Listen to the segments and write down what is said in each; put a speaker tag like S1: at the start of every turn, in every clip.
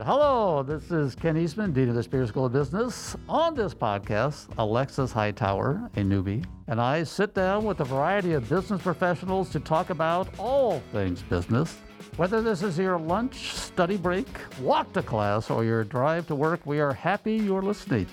S1: Hello, this is Ken Eastman, Dean of the Spear School of Business. On this podcast, Alexis Hightower, a newbie, and I sit down with a variety of business professionals to talk about all things business. Whether this is your lunch, study break, walk to class, or your drive to work, we are happy you're listening.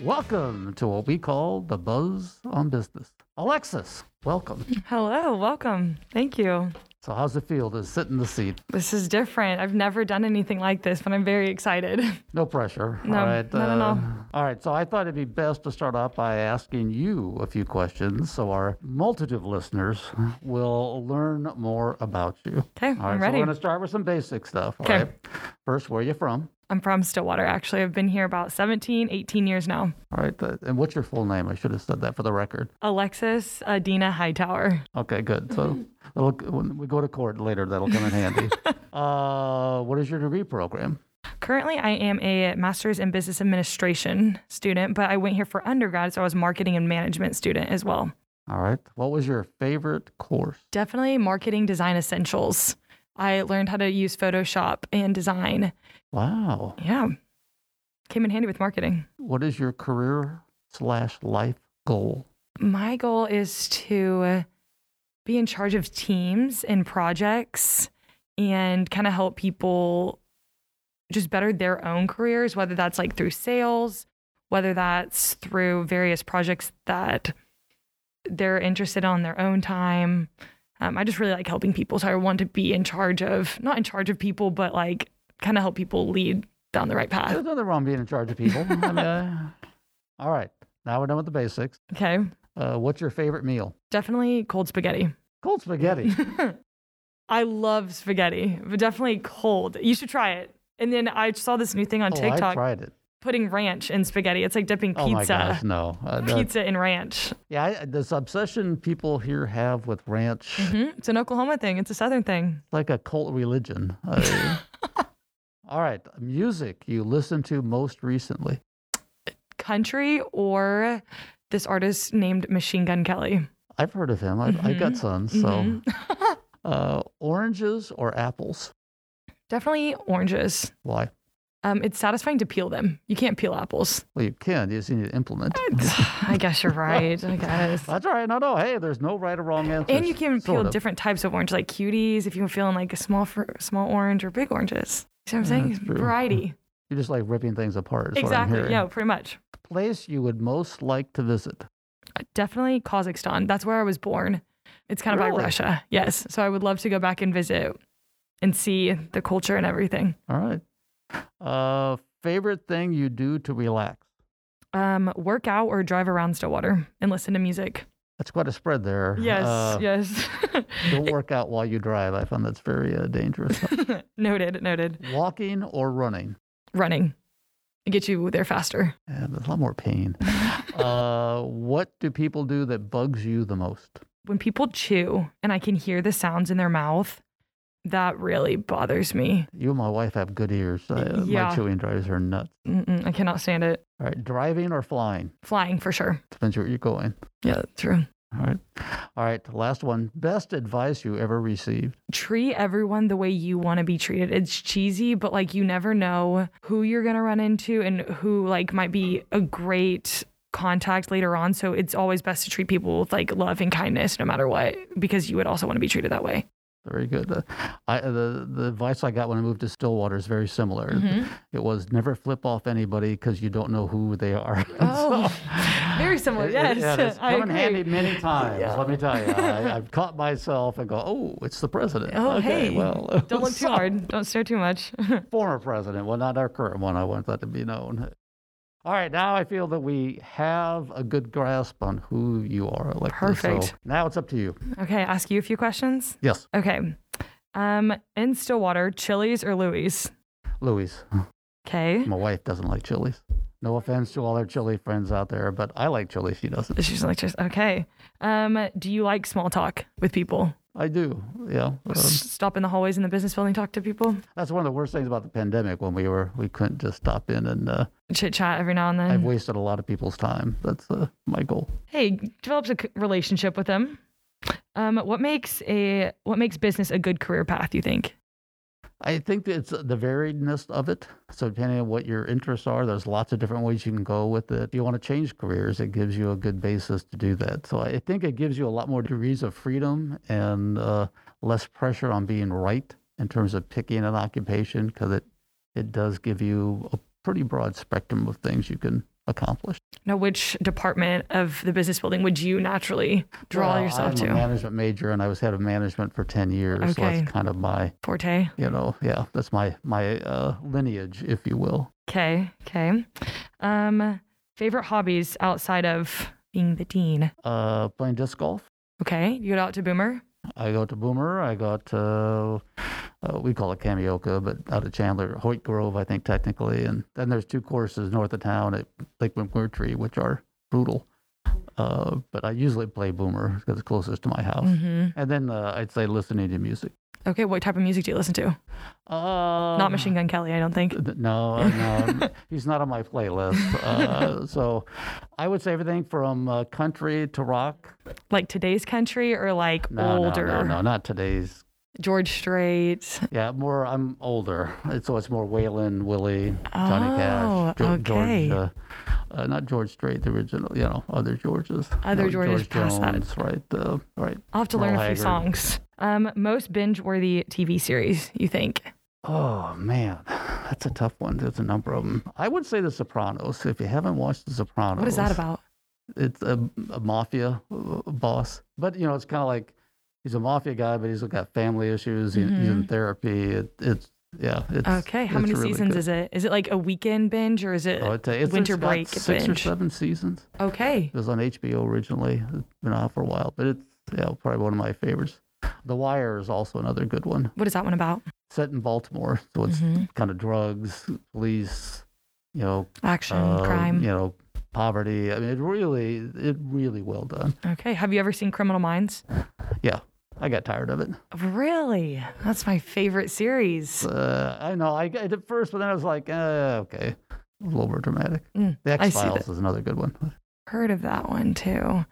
S1: Welcome to what we call the buzz on business. Alexis, welcome.
S2: Hello, welcome. Thank you.
S1: So, how's it feel to sit in the seat?
S2: This is different. I've never done anything like this, but I'm very excited.
S1: No pressure.
S2: No,
S1: all right. uh,
S2: not at all.
S1: All right. So I thought it'd be best to start off by asking you a few questions so our multitude of listeners will learn more about you.
S2: Okay,
S1: All right,
S2: I'm
S1: so we're
S2: ready.
S1: going to start with some basic stuff. all
S2: Okay.
S1: right? First, where are you from?
S2: I'm from Stillwater, actually. I've been here about 17, 18 years now.
S1: All right. uh, And what's your full name? I should have said that for the record.
S2: Alexis Adina Hightower.
S1: Okay, good. So it'll, when we go to court later, that'll come in handy. uh, what is your degree program?
S2: Currently, I am a master's in business administration student, but I went here for undergrad, so I was marketing and management student as well.
S1: All right. What was your favorite course?
S2: Definitely marketing design essentials. I learned how to use Photoshop and design.
S1: Wow.
S2: Yeah. Came in handy with marketing.
S1: What is your career slash life goal?
S2: my goal is to be in charge of teams and projects and kind of help people just better their own careers, whether that's like through sales, whether that's through various projects that they're interested on their own time. Um, I just really like helping people. So I want to be in charge of, not in charge of people, but like kind of help people lead down the right path.
S1: There's nothing wrong being in charge of people. I mean, uh, all right. Now we're done with the basics.
S2: Okay.
S1: Uh, what's your favorite meal?
S2: Definitely cold spaghetti.
S1: Cold spaghetti. Oh,
S2: I love spaghetti, but definitely cold. You should try it. And then I saw this new thing on
S1: Oh, I
S2: TikTok
S1: tried it.
S2: putting ranch in spaghetti. It's like dipping
S1: Oh my gosh,
S2: pizza,
S1: no. Uh, no.
S2: pizza in ranch.
S1: Yeah, I, this obsession people here have with ranch,
S2: Mhm. It's an Oklahoma thing. It's a Southern thing.
S1: it's like a cult religion. Uh, all right. Music you listen to most recently.
S2: Country or this artist named Machine Gun Kelly.
S1: I've heard of him. I, I got sons. So
S2: Mhm.
S1: uh, oranges or apples?
S2: Definitely oranges.
S1: Why?
S2: Um, it's satisfying to peel them. You can't peel apples.
S1: Well, you can. You just need to implement.
S2: I guess you're right. I guess.
S1: That's all right. No, no. Hey, there's no right or wrong answer.
S2: And you can
S1: sort
S2: peel
S1: of.
S2: different types of orange, like cuties, if you're feeling like a small fr- small orange or big oranges. You see what I'm saying?
S1: that's true.
S2: Variety.
S1: You just like ripping things apart. Is What I'm
S2: Exactly.
S1: hearing.
S2: Yeah, pretty much.
S1: Place you would most like to visit.
S2: Uh, Definitely Kazakhstan. That's where I was born. It's kind of
S1: Really?
S2: by Russia. Yes. So I would love to go back and visit and see the culture and everything.
S1: All right. Uh, favorite thing you do to relax?
S2: Um, work out or drive around Stillwater and listen to music.
S1: That's quite a spread there.
S2: Yes.
S1: Uh,
S2: yes.
S1: Don't work out while you drive. I found that's very uh, dangerous.
S2: noted. Noted.
S1: Walking or running?
S2: Running. It gets you there faster.
S1: Yeah, there's a lot more pain. uh, what do people do that bugs you the most?
S2: when people chew and I can hear the sounds in their mouth, that really bothers me.
S1: You and my wife have good ears. Uh, My
S2: Yeah.
S1: chewing drives her nuts.
S2: Mm-mm, I cannot stand it.
S1: All right, driving or flying?
S2: Flying for sure.
S1: Depends where you're going.
S2: Yeah, true.
S1: All right. All right. Last one. Best advice you ever received.
S2: Treat everyone the way you want to be treated. It's cheesy, but like you never know who you're going to run into and who like might be a great contact later on. So it's always best to treat people with like love and kindness no matter what because you would also want to be treated that way.
S1: Very good. Uh, I, uh, the the advice I got when I moved to Stillwater is very similar.
S2: Mm-hmm.
S1: It was never flip off anybody because you don't know who they are.
S2: Oh, very
S1: So,
S2: similar.
S1: it- it-
S2: Yes.
S1: yeah, it's
S2: I
S1: come in
S2: agree.
S1: handy many times.
S2: Yeah.
S1: Let me tell you, I, I've caught myself and go, "Oh, it's the president."
S2: Oh,
S1: okay,
S2: hey,
S1: well,
S2: Don't look too
S1: so-
S2: hard. Don't stare too much.
S1: Former president, well, not our current one. I want that to be known. All right, now I feel that we have a good grasp on who you are, Alexis. So
S2: Perfect.
S1: now it's up to you.
S2: Okay, ask you a few questions.
S1: Yes,
S2: Okay. Um, in Stillwater, Chili's or Louis?
S1: Louise.
S2: Okay.
S1: My wife doesn't like chilies. No offense to all our chili friends out there, but I like chili. She doesn't.
S2: She's like, just okay. Um, do you like small talk with people?
S1: I do. Yeah. Um,
S2: S- Stop in the hallways in the business building, talk to people,
S1: that's one of the worst things about the pandemic when we were we couldn't just stop in and uh,
S2: chit chat every now and then.
S1: I've wasted a lot of people's time. That's uh, my goal.
S2: hey, develops a c- relationship with them. Um, what makes a what makes business a good career path? You think?
S1: I think that it's the variedness of it. So depending on what your interests are, there's lots of different ways you can go with it. If you want to change careers, it gives you a good basis to do that. So I think it gives you a lot more degrees of freedom and uh, less pressure on being right in terms of picking an occupation because it it does give you a pretty broad spectrum of things you can accomplish.
S2: Now, which department of the business building would you naturally draw
S1: Well,
S2: yourself
S1: I'm
S2: to?
S1: a management major, and I was head of management for ten years. So
S2: Okay.
S1: that's kind of my
S2: Forte.
S1: you know yeah that's my my uh, lineage, if you will.
S2: Okay. Okay. Um, favorite hobbies outside of being the dean.
S1: Uh, playing disc golf.
S2: Okay. You go out to Boomer.
S1: I go to Boomer. I got to, uh, we call it Kamioka, but out of Chandler, Hoyt Grove, I think technically. And then there's two courses north of town at Lake McMurtry, which are brutal. Uh, but I usually play Boomer because it's closest to my house.
S2: Mm-hmm.
S1: And then uh, I'd say listening to music.
S2: Okay. What type of music do you listen to?
S1: Uh,
S2: Not Machine Gun Kelly, I don't think.
S1: Th- No, no, he's not on my playlist. Uh, so I would say everything from uh, country to rock.
S2: Like today's country or like
S1: No,
S2: older
S1: no, no, no, not today's
S2: George Strait.
S1: Yeah, more. I'm older, and so it's more Waylon, Willie, Johnny
S2: Oh,
S1: Cash, Ge-
S2: okay.
S1: George, uh, uh, not George Strait, the original. You know, other Georges.
S2: Other
S1: you know,
S2: Georges
S1: George
S2: past that.
S1: Jones, right? Uh, right.
S2: I'll have to learn
S1: Merle
S2: a few
S1: Haggard.
S2: songs. Um, most binge-worthy TV series, you think?
S1: Oh man, that's a tough one. There's a number of them. I would say The Sopranos. If you haven't watched The Sopranos,
S2: What is that about?
S1: It's a, a mafia uh, boss, but you know, it's kind of like he's a mafia guy, but he's got family issues. He, He's in therapy. It, it's yeah. It's,
S2: Mm-hmm. Okay, how many seasons
S1: is?
S2: is it? Is it like a weekend binge or is it
S1: Oh, it's, uh, it's
S2: winter
S1: it's got
S2: break
S1: six or
S2: binge?
S1: seven seasons.
S2: okay?
S1: It was on HBO originally. It's been out for a while, but it's yeah, probably one of my favorites. The Wire is also another good one.
S2: What is that one about?
S1: Set in Baltimore, so it's
S2: Mhm.
S1: kind of drugs, police, you know,
S2: Action,
S1: uh,
S2: crime.
S1: you know, poverty. I mean, it really, it really well done.
S2: Okay. Have you ever seen Criminal Minds?
S1: Yeah, I got tired of it.
S2: Really? That's my favorite series.
S1: Uh, I know I got it at first, but then I was like, uh, okay, a little over dramatic.
S2: Mm,
S1: The
S2: I
S1: X
S2: see
S1: Files is another good one.
S2: Heard of that one too.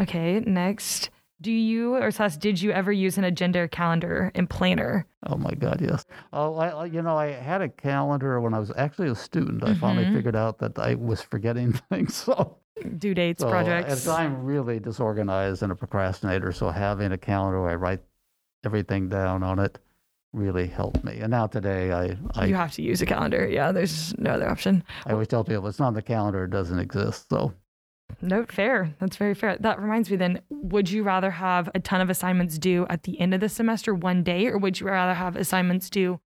S2: Okay, next. Do you or Sas, did you ever use an agenda or calendar and planner?
S1: Oh my God, yes. Oh, I, I- you know, I had a calendar when I was actually a student. I finally
S2: Mhm.
S1: figured out that I was forgetting things. So,
S2: Due dates,
S1: so
S2: projects.
S1: as I'm really disorganized and a procrastinator, so having a calendar where I write everything down on it really helped me. And now today, I
S2: you
S1: I,
S2: have to use a calendar. Yeah, there's no other option.
S1: I always tell people it's not on the calendar; it doesn't exist. So,
S2: No, fair. That's very fair. That reminds me then, would you rather have a ton of assignments due at the end of the semester one day, or would you rather have assignments due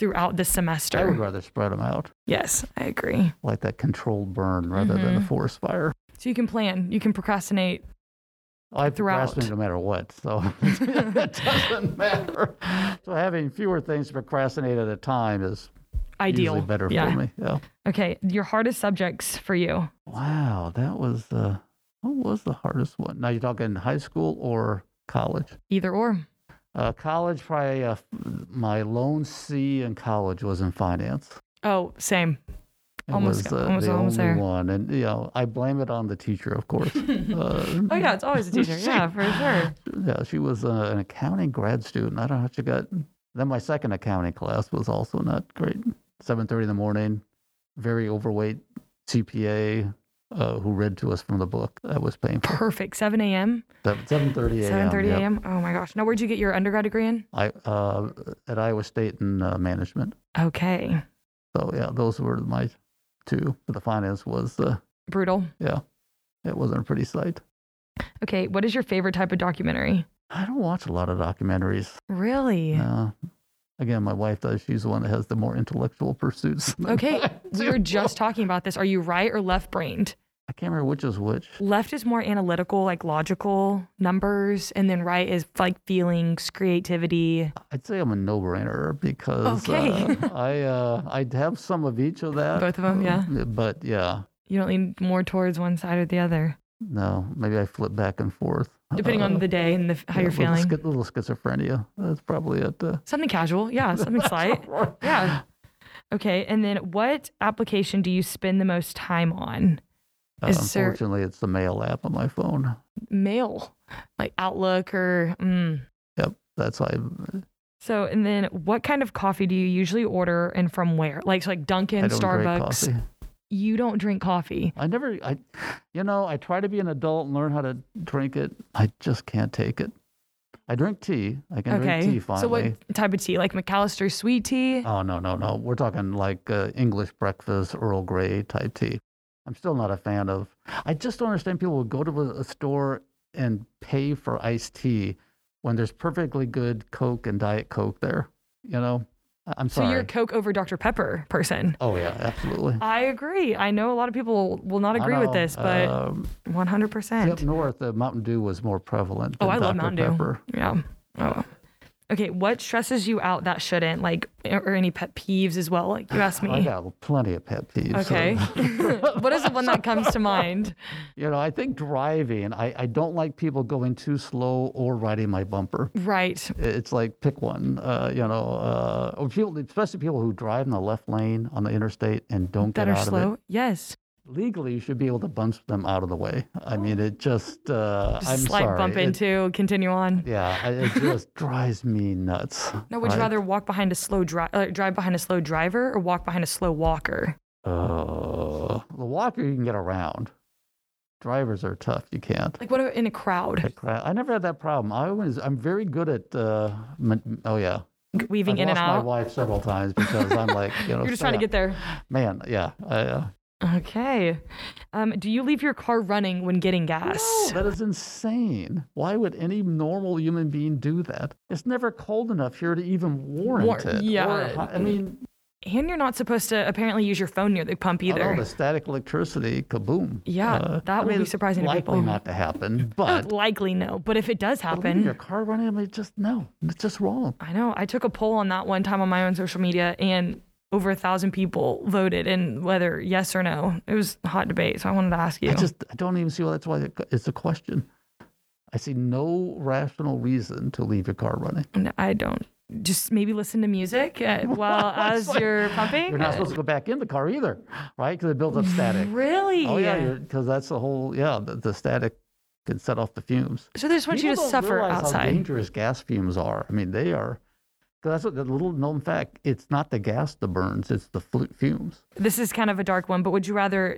S2: throughout
S1: I
S2: the
S1: would
S2: semester?
S1: rather spread them out
S2: Yes, I agree.
S1: like that controlled burn rather than a
S2: Mhm.
S1: forest fire.
S2: So you can plan, you can procrastinate.
S1: I
S2: throughout.
S1: procrastinate no matter what, so it doesn't matter. So having fewer things to procrastinate at a time is
S2: Ideal.
S1: usually better
S2: yeah.
S1: for me. Yeah.
S2: Okay. Your hardest subjects for you.
S1: Wow, that was uh, what was the hardest one? Now you're talking high school or college?
S2: Either or.
S1: Uh, college, probably uh, my lone C in college was in finance.
S2: Oh, same.
S1: It
S2: Almost-
S1: was uh,
S2: almost-
S1: the
S2: almost
S1: only
S2: there.
S1: one, and you know I blame it on the teacher, of course. uh,
S2: Oh yeah, it's always a teacher. Yeah, for sure.
S1: Yeah, she was uh, an accounting grad student. I don't know how she got. Then my second accounting class was also not great. Seven thirty in the morning, very overweight CPA uh, who read to us from the book. That was painful.
S2: Perfect. 7 a.m.
S1: Seven thirty a.m.
S2: 7:30
S1: yep.
S2: a.m. Oh my gosh. Now, where'd you get your undergrad degree in?
S1: I uh, at Iowa State in uh, management.
S2: Okay.
S1: So yeah, those were my two. But the finance was uh,
S2: Brutal.
S1: yeah, it wasn't a pretty sight.
S2: Okay. What is your favorite type of documentary?
S1: I don't watch a lot of documentaries.
S2: Really?
S1: Uh, again, my wife does. She's the one that has the more intellectual pursuits. than
S2: Okay,
S1: I
S2: we
S1: do.
S2: were just talking about this. Are you right or left brained?
S1: I can't remember which is which.
S2: Left is more analytical, like logical numbers, and then right is like feelings, creativity.
S1: I'd say I'm a no-brainer because
S2: Okay.
S1: uh, I uh, I'd have some of each of that.
S2: Both of 'em, yeah.
S1: uh, But yeah,
S2: You don't lean more towards one side or the other,
S1: no, maybe I flip back and forth Uh,
S2: depending on the day and the, how you're feeling.
S1: A little, schizophrenia. That's probably it. Uh,
S2: Something casual, yeah, something slight, yeah. Okay, and then what application do you spend the most time on? Is there-
S1: unfortunately, it's the mail app on my phone.
S2: Mail, like Outlook or mm,
S1: Yep, that's why.
S2: So, and then what kind of coffee do you usually order and from where? Like, so like Dunkin',
S1: I don't drink
S2: Starbucks.
S1: coffee.
S2: You don't drink coffee.
S1: I never, I, you know, I try to be an adult and learn how to drink it. I just can't take it. I drink tea. I can drink tea
S2: Okay.
S1: finally.
S2: So, what type of tea? Like McAllister sweet tea?
S1: Oh no, no, no. We're talking like uh, English breakfast, Earl Grey type tea. I'm still not a fan of. I just don't understand people who go to a, a store and pay for iced tea when there's perfectly good Coke and Diet Coke there. You know, I- I'm
S2: so,
S1: sorry.
S2: you're a Coke over Dr. Pepper person.
S1: oh yeah, absolutely.
S2: I agree. I know a lot of people will not agree with this, but
S1: um,
S2: 100%.
S1: up north, the Mountain Dew was more prevalent.
S2: Oh,
S1: than
S2: I
S1: Dr.
S2: love Mountain Dew.
S1: Pepper.
S2: Yeah. Oh. well. Okay, what stresses you out that shouldn't like, or any pet peeves as well? Like you asked
S1: I
S2: me.
S1: got plenty of pet peeves. so-
S2: Okay. what is the one that comes to mind?
S1: you know, I think driving. I, I don't like people going too slow or riding my bumper.
S2: Right.
S1: It's like pick one. Uh, you know, uh, or people, especially people who drive in the left lane on the interstate and don't
S2: That
S1: get
S2: are
S1: out of
S2: slow.
S1: it.
S2: Yes.
S1: Legally, you should be able to bump them out of the way. I mean, it just. Uh,
S2: Oh. Just
S1: I'm
S2: slide
S1: sorry.
S2: bump
S1: It-
S2: into, continue on.
S1: yeah, I- it just drives me nuts.
S2: No, would you
S1: Right.
S2: rather walk behind a slow drive, uh, drive behind a slow driver, or walk behind a slow walker?
S1: Uh, the walker you can get around. Drivers are tough. You can't.
S2: Like what if- in a crowd,
S1: Like, I I never had that problem. I always, I'm very good at. Uh, mon- oh yeah,
S2: weaving
S1: I've
S2: in
S1: lost
S2: and
S1: my
S2: out?
S1: wife several times because I'm like, you know,
S2: You're just trying to
S1: "Sam,
S2: get there.
S1: man, yeah, I, uh,
S2: Okay. Um, do you leave your car running when getting gas?
S1: that is insane. Why would any normal human being do that? It's never cold enough here to even warrant
S2: War-
S1: it.
S2: yeah.
S1: or hi- I mean,
S2: And you're not supposed to apparently use your phone near the pump
S1: I don't know,
S2: either.
S1: the static electricity, kaboom. Uh,
S2: Yeah, that
S1: I
S2: will
S1: mean,
S2: be surprising to
S1: Likely
S2: people.
S1: not to happen,
S2: I
S1: but
S2: would likely no, but if it does
S1: leaving your
S2: happen,
S1: car running, I mean, just no, it's just wrong.
S2: I know. I took a poll on that one time on my own social media, and over a thousand people voted in whether yes or no. It was a hot debate, so I wanted to ask you.
S1: I just I don't even see why that's why it- it's a question. I see no rational reason to leave your car running.
S2: No, I don't. Just maybe listen to music uh, while as you're pumping.
S1: You're not supposed to go back in the car either, right? Because it builds up static.
S2: really?
S1: Oh yeah, because that's the whole yeah. The, the static can set off the fumes.
S2: So they just want you to
S1: People don't
S2: suffer
S1: realize How
S2: outside.
S1: dangerous gas fumes are. I mean, they are. 'cause That's what the little known fact. It's not the gas that burns; it's the flu- fumes.
S2: This is kind of a dark one, but would you rather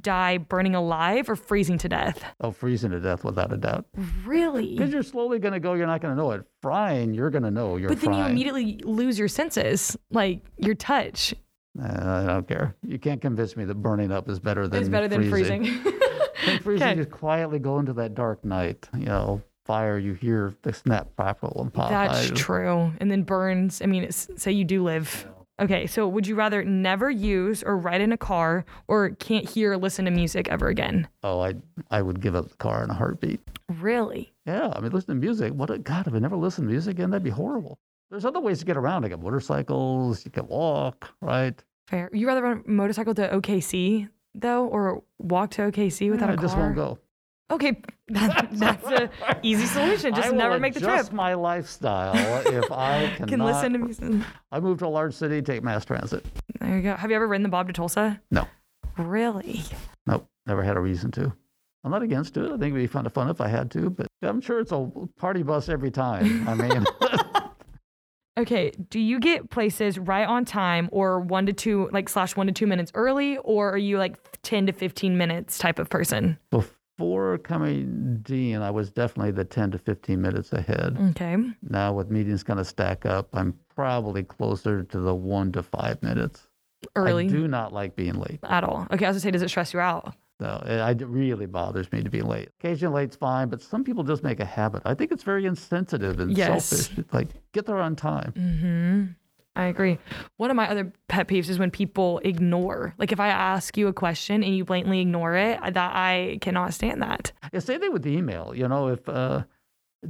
S2: die burning alive or freezing to death?
S1: Oh, freezing to death without a doubt.
S2: Hmm. Really?
S1: Because you're slowly going to go. You're not going to know it. Frying, you're going to know. You're
S2: But then you
S1: frying.
S2: immediately lose your senses, like your touch
S1: Uh, I don't care. You can't convince me that burning up is better than
S2: is better than freezing.
S1: Think freezing,
S2: Okay.
S1: just quietly go into that dark night. You know, fire. You hear the snap, crackle, and pop.
S2: That's
S1: I-
S2: true. And then burns. I mean, it's, say you do live. Okay, so would you rather never use or ride in a car or can't hear or listen to music ever again?
S1: Oh, I I would give up the car in a heartbeat.
S2: Really?
S1: Yeah, I mean, listen to music. What a God! If I never listened to music again, that'd be horrible. There's other ways to get around. I got motorcycles. You can walk, right?
S2: Fair. You rather ride a motorcycle to OKC though, or walk to OKC without
S1: I
S2: a car?
S1: just won't go.
S2: Okay, that, that's a easy solution.
S1: I
S2: Just
S1: will
S2: never make the trip.
S1: adjust my lifestyle if I cannot.
S2: Can listen to music.
S1: I move to a large city, take mass transit.
S2: There you go. Have you ever ridden the Bob to Tulsa?
S1: No.
S2: Really?
S1: Nope, never had a reason to. I'm not against it. I think it'd be fun to fun if I had to, but I'm sure it's a party bus every time. I mean,
S2: Okay. Do you get places right on time or one to two, like slash one to two minutes early, or are you like 10 to 15 minutes type of person?
S1: before coming dean, I was definitely the 10 to 15 minutes ahead.
S2: Okay.
S1: Now with meetings kind of stack up, I'm probably closer to the one to five minutes. I
S2: Early
S1: do not like being late.
S2: at all. Okay. I was gonna say, does it stress you out?
S1: No, it, I- it really bothers me to be late. Occasionally late's fine, but some people just make a habit. I think it's very insensitive and
S2: Yes. Mm.
S1: selfish. It's like get there on time.
S2: I agree. One of my other pet peeves is when people ignore. Like if I ask you a question and you blatantly ignore it, I- that I cannot stand that.
S1: Yeah, same thing with the email. You know, if uh,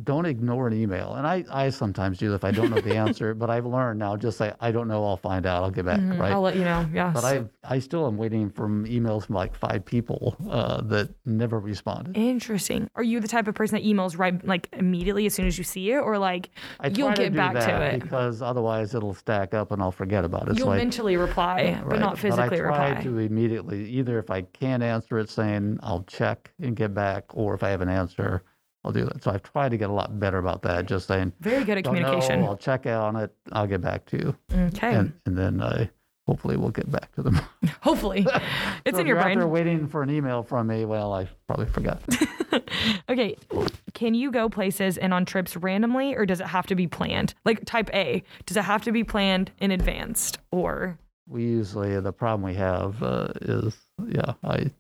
S1: don't ignore an email, and I, I sometimes do if I don't know the answer, but I've learned now just say I don't know, I'll find out, I'll get back, right?
S2: Mm-hmm. I'll let you know. Yes.
S1: but I I still am waiting from emails from like five people uh, that never responded.
S2: Interesting. Are you the type of person that emails right like immediately as soon as you see it, or like
S1: I
S2: you'll
S1: try to
S2: get
S1: do
S2: back
S1: that
S2: to it?
S1: because otherwise it'll stack up and I'll forget about it. It's
S2: You'll
S1: like,
S2: mentally reply, but
S1: right,
S2: not physically
S1: But I try
S2: reply.
S1: to immediately either if I can't answer it, saying I'll check and get back, or if I have an answer, I'll do that. So I've tried to get a lot better about that. Just saying,
S2: Very good at
S1: "Don't know,
S2: communication.
S1: I'll check out on it. I'll get back to you,
S2: Okay.
S1: and and then I hopefully we'll get back to them.
S2: Hopefully. It's
S1: So
S2: in
S1: if
S2: your
S1: you're out there
S2: brain.
S1: waiting for an email from me. Well, I probably forgot.
S2: Okay. Can you go places and on trips randomly or does it have to be planned? Like type A, does it have to be planned in advance or
S1: we usually the problem we have uh, is yeah I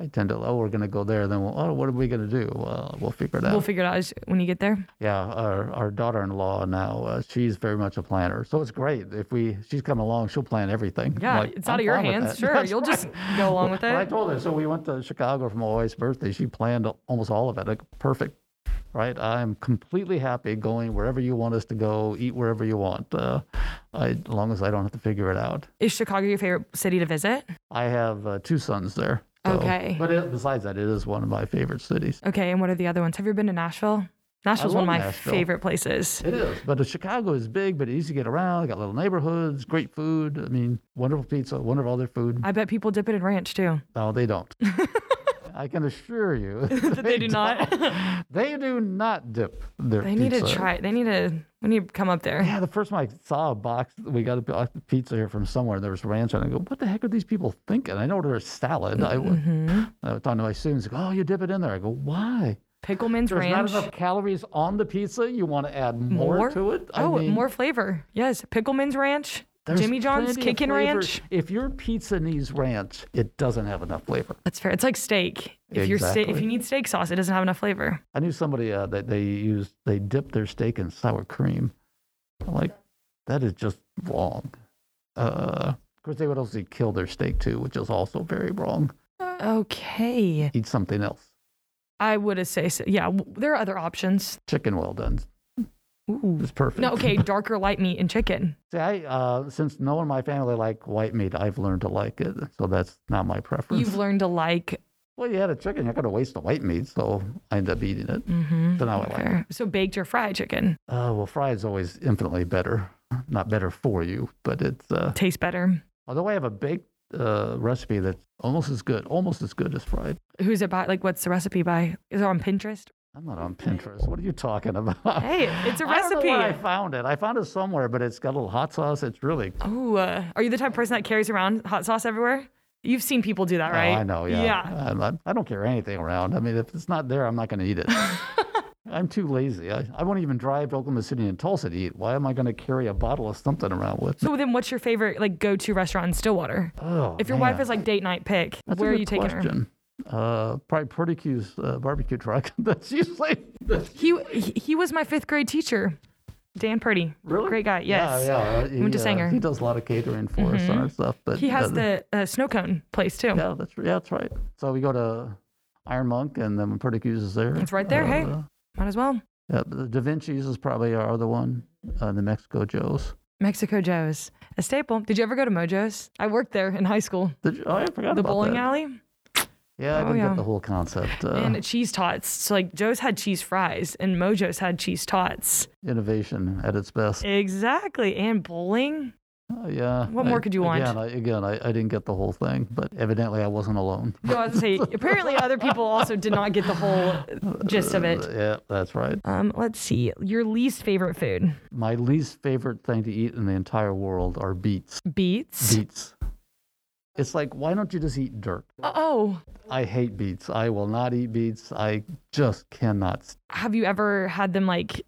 S1: I tend to oh we're gonna go there then we'll, oh what are we gonna do well we'll figure it out
S2: we'll figure it out as- when you get there?
S1: yeah our our daughter-in-law now uh, she's very much a planner so it's great if we she's coming along she'll plan everything I'm
S2: Yeah,
S1: like,
S2: it's out
S1: "I'm
S2: of your
S1: fine with
S2: hands.
S1: that."
S2: Sure,
S1: That's
S2: you'll
S1: right.
S2: just go along with
S1: Well, I
S2: it.
S1: told her so we went to Chicago for my wife's birthday she planned almost all of it like, perfect right I'm completely happy going wherever you want us to go eat wherever you want uh, I, as long as I don't have to figure it out
S2: Is Chicago your favorite city to visit?
S1: I have uh, two sons there. so-
S2: Okay.
S1: But it, besides that, it is one of my favorite cities.
S2: Okay, and what are the other ones? Have you ever been to Nashville? Nashville's one of
S1: love
S2: my
S1: Nashville.
S2: favorite places.
S1: It is. But uh, Chicago is big, but easy to get around. Got little neighborhoods, great food. I mean, wonderful pizza, wonderful other food.
S2: I bet people dip it in ranch too.
S1: No, they don't. I can assure you
S2: That they do not.
S1: They do not dip their
S2: They need to
S1: pizza.
S2: try. They need to. We need to come up there.
S1: Yeah, the first time I saw a box, we got a box of pizza here from somewhere. and There was ranch, and I go, "What the heck are these people thinking?" I know there's salad. I,
S2: Mm-hmm.
S1: I was talking to my students, "Oh, you dip it in there." I go, "Why?"
S2: Pickleman's
S1: There's
S2: Ranch.
S1: not enough calories on the pizza. You want to add more, to it? I
S2: oh,
S1: mean,
S2: more flavor. Yes, Pickleman's Ranch,
S1: there's
S2: Jimmy John's
S1: plenty of
S2: Kickin'
S1: flavor.
S2: Ranch.
S1: If your pizza needs ranch, it doesn't have enough flavor.
S2: That's fair. It's like steak. If you're ste- if
S1: Exactly.
S2: you need steak sauce, it doesn't have enough flavor.
S1: I knew somebody uh, that they used they dipped their steak in sour cream. I'm like, that is just wrong. Uh, of course, they would also kill their steak too, which is also very wrong.
S2: Okay,
S1: Eat something else.
S2: I would say so. yeah. w- There are other options.
S1: Chicken well done
S2: Ooh.
S1: is perfect.
S2: No, okay, darker light meat and chicken.
S1: See, I uh, since no one in my family like white meat, I've learned to like it, so that's not my preference.
S2: You've learned to like.
S1: Well, you had a chicken. You're not going to waste the white meat, so I end up eating it.
S2: mhm,
S1: So now I like it.
S2: fair. So baked or fried chicken
S1: Uh, well, fried's always infinitely better. Not better for you, but it's. Uh,
S2: tastes better.
S1: although I have a baked uh, recipe that's almost as good, almost as good as fried.
S2: Who's it by? Like, what's the recipe by? Is it on Pinterest?
S1: I'm not on Pinterest. What are you talking about?
S2: Hey, it's a
S1: I don't know
S2: recipe.
S1: where I found it. I found it somewhere, but it's got a little hot sauce. It's really.
S2: Oh, uh, are you the type of person that carries around hot sauce everywhere? You've seen people do that,
S1: Oh,
S2: right?
S1: I know. Yeah.
S2: Yeah.
S1: I'm not- I don't carry anything around. I mean, if it's not there, I'm not going to eat it. I'm too lazy. I, I won't even drive to Oklahoma City and Tulsa to eat. Why am I going to carry a bottle of something around with? me?
S2: So then, what's your favorite like go-to restaurant in Stillwater?
S1: Oh,
S2: If your
S1: man.
S2: wife is like date night pick,
S1: That's
S2: where
S1: a
S2: are
S1: good
S2: you taking her?
S1: question. Uh, probably Perdicu's uh, barbecue truck. That's usually
S2: He he he was my fifth grade teacher, Dan Purdy.
S1: really
S2: Great guy. Yes.
S1: Yeah, yeah. uh, He,
S2: went to
S1: uh,
S2: Sanger.
S1: he does a lot of catering for us and our stuff. But
S2: Mm-hmm. He has
S1: uh,
S2: the uh, snow cone place too.
S1: yeah, that's yeah, that's right. So we go to Iron Monk, and then when Perdicu's is there. Uh,
S2: It's right there, hey. Might as well.
S1: yeah, the Da Vinci's is probably our other one. Uh, New Mexico Joe's.
S2: Mexico Joe's, a staple. Did you ever go to Mojo's? I worked there in high school.
S1: Did you, oh, I forgot
S2: The
S1: about
S2: bowling
S1: that.
S2: alley
S1: Yeah, I
S2: Oh,
S1: didn't
S2: yeah.
S1: get the whole concept. Uh,
S2: and cheese tots. So like Joe's had cheese fries and Mojo's had cheese tots.
S1: innovation at its best.
S2: Exactly. And bowling.
S1: Uh, yeah.
S2: What more
S1: I-
S2: could you want?
S1: Again, I, again I, I didn't get the whole thing, but evidently I wasn't alone.
S2: No, I was gonna say apparently other people also did not get the whole gist of it.
S1: Yeah, that's right.
S2: Um, let's see. Your least favorite food.
S1: My least favorite thing to eat in the entire world are beets.
S2: Beets.
S1: Beets. It's like, why don't you just eat dirt?
S2: Oh.
S1: I hate beets. I will not eat beets. I just cannot. s-
S2: Have you ever had them like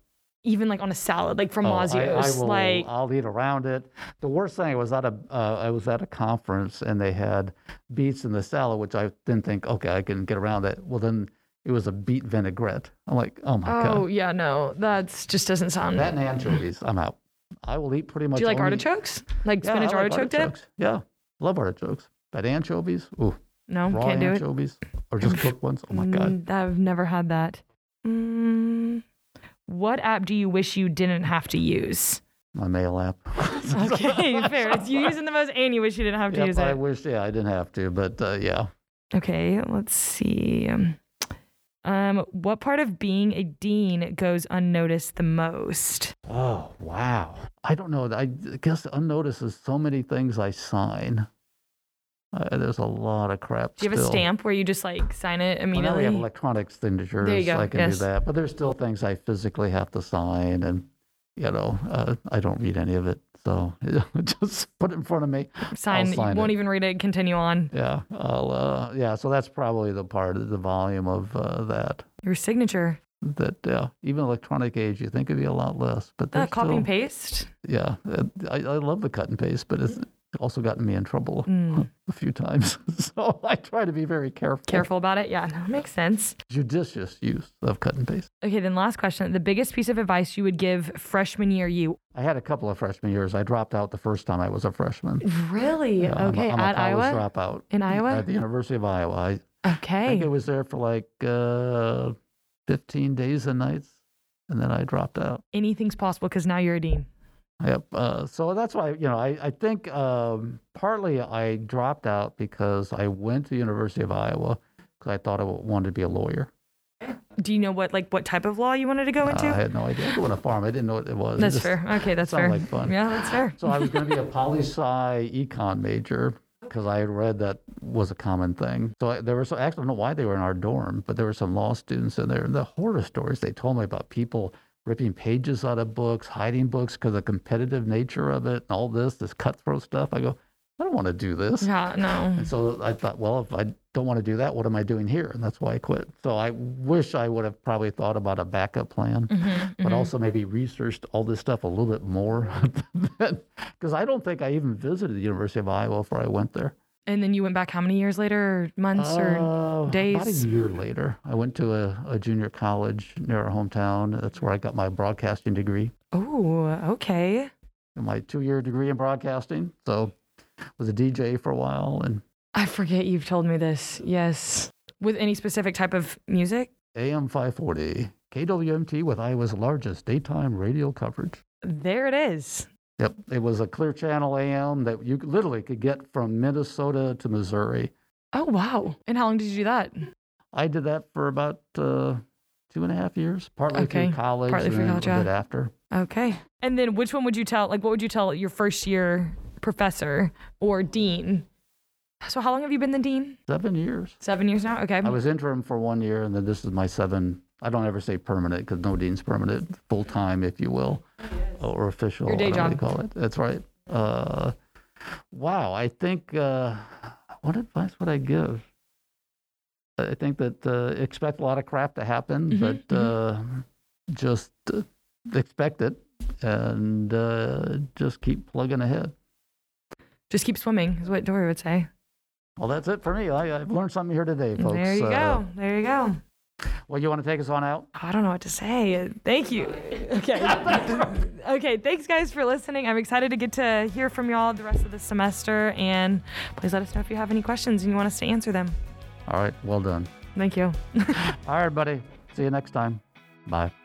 S2: even like on a salad, like from
S1: Oh, I, I
S2: Mazio's?
S1: will. uh,
S2: Like
S1: I'll eat around it. The worst thing was at a. Uh, I was at a conference and they had beets in the salad, which I didn't think, okay, I can get around that. Well, then it was a beet vinaigrette. I'm like, oh my
S2: Oh
S1: god,
S2: yeah, no. That's just doesn't sound
S1: that and anchovies. I'm out. I will eat pretty much.
S2: Do you like
S1: only-
S2: artichokes? Like
S1: Yeah, I
S2: spinach
S1: like
S2: artichoke dip?
S1: artichokes. Yeah, love artichokes. But anchovies, ooh,
S2: No,
S1: raw
S2: can't do it.
S1: anchovies, or just cooked ones. Oh my god.
S2: Mm, I've never had that. Mm, what app do you wish you didn't have to use?
S1: my mail app.
S2: Okay, fair. It's you using the most and you wish you didn't have to
S1: Yep,
S2: use
S1: I
S2: it.
S1: wish, yeah, I didn't have to, but uh, yeah.
S2: Okay, let's see. Um, what part of being a dean goes unnoticed the most?
S1: Oh wow! I don't know. I guess unnoticed is so many things I sign. Uh, there's a lot of crap.
S2: Do you have
S1: still.
S2: a stamp where you just like sign it
S1: Well, now we
S2: immediately?
S1: have electronic signatures.
S2: There you go,
S1: I can
S2: yes.
S1: do that. But there's still things I physically have to sign, and you know, uh, I don't read any of it. So just put it in front of me.
S2: sign, that
S1: sign
S2: you won't
S1: it.
S2: even read it. Continue on.
S1: Yeah, I'll, uh, yeah. So that's probably the part, the volume of uh, that.
S2: Your signature.
S1: That yeah, even electronic age, you think it'd be a lot less, but
S2: Uh,
S1: there's
S2: copy
S1: still,
S2: and paste.
S1: Yeah, uh, I, I love the cut and paste, but it's also gotten me in trouble
S2: Mm.
S1: a few times. so I try to be very careful.
S2: Careful about it. Yeah, no, makes sense.
S1: Judicious use of cut and paste.
S2: Okay, then last question. The biggest piece of advice you would give freshman year you.
S1: I had a couple of freshman years. I dropped out the first time I was a freshman.
S2: Really?
S1: Yeah, I'm a-
S2: okay,
S1: I'm, a
S2: at Iowa?
S1: college dropout
S2: In Iowa?
S1: at the University of Iowa. I think I
S2: Okay.
S1: was there for like uh, 15 days and nights, and then I dropped out.
S2: Anything's possible because now you're a dean.
S1: Yep. Uh, so that's why, you know, I, I think um, partly I dropped out because I went to the University of Iowa because I thought I wanted to be a lawyer.
S2: Do you know what like what type of law you wanted to go
S1: Uh, I
S2: into?
S1: had no idea. I go on a farm. I didn't know what it was. It
S2: that's
S1: just
S2: fair. Okay, that's fair.
S1: sounded like fun.
S2: Yeah, that's fair.
S1: So I was going to be a poli sci econ major because I had read that was a common thing. So I, there were so actually I don't know why they were in our dorm, but there were some law students in there. And the horror stories they told me about people ripping pages out of books, hiding books because of the competitive nature of it, and all this this cutthroat stuff. I go, I don't want to do this.
S2: Yeah, no.
S1: And so I thought, well, if I don't want to do that, what am I doing here? And that's why I quit. So I wish I would have probably thought about a backup plan, but also maybe researched all this stuff a little bit more. Because I don't think I even visited the University of Iowa before I went there.
S2: And then you went back how many years later? Months or
S1: Uh, About a
S2: days?
S1: year later, I went to a, a junior college near our hometown. That's where I got my broadcasting degree,
S2: Oh, okay.
S1: and my two year degree in broadcasting. So was a DJ for a while and
S2: I forget you've told me this. Yes. With any specific type of music?
S1: AM 540, KWMT with Iowa's largest daytime radio coverage.
S2: There it is.
S1: Yep, it was a clear channel AM that you literally could get from Minnesota to Missouri.
S2: Oh, wow. And how long did you do that?
S1: I did that for about uh, two and a half years, partly
S2: Okay,
S1: through college,
S2: partly
S1: and
S2: through
S1: then
S2: college,
S1: a little
S2: yeah.
S1: bit after.
S2: Okay. And then which one would you tell, like, what would you tell your first year professor or dean? So, how long have you been the dean?
S1: Seven years.
S2: Seven years now? Okay.
S1: I was interim for one year, and then this is my seven. I don't ever say permanent because no dean's permanent, full time, if you will, or official.
S2: Your day
S1: I don't know what
S2: job.
S1: you call it. That's right. Uh, wow. I think, uh, what advice would I give? I think that uh, expect a lot of crap to happen,
S2: Mhm,
S1: but uh, just uh, expect it and uh, just keep plugging ahead.
S2: Just keep swimming, is what Dory would say.
S1: Well, that's it for me. I, I've learned something here today, folks.
S2: There you
S1: Uh,
S2: go. There you go.
S1: Well, you want to take us on out?
S2: I don't know what to say. Thank you. Okay. okay. Thanks, guys, for listening. I'm excited to get to hear from y'all the rest of the semester. And please let us know if you have any questions and you want us to answer them.
S1: All right. Well done.
S2: Thank you.
S1: All right, buddy. See you next time. Bye.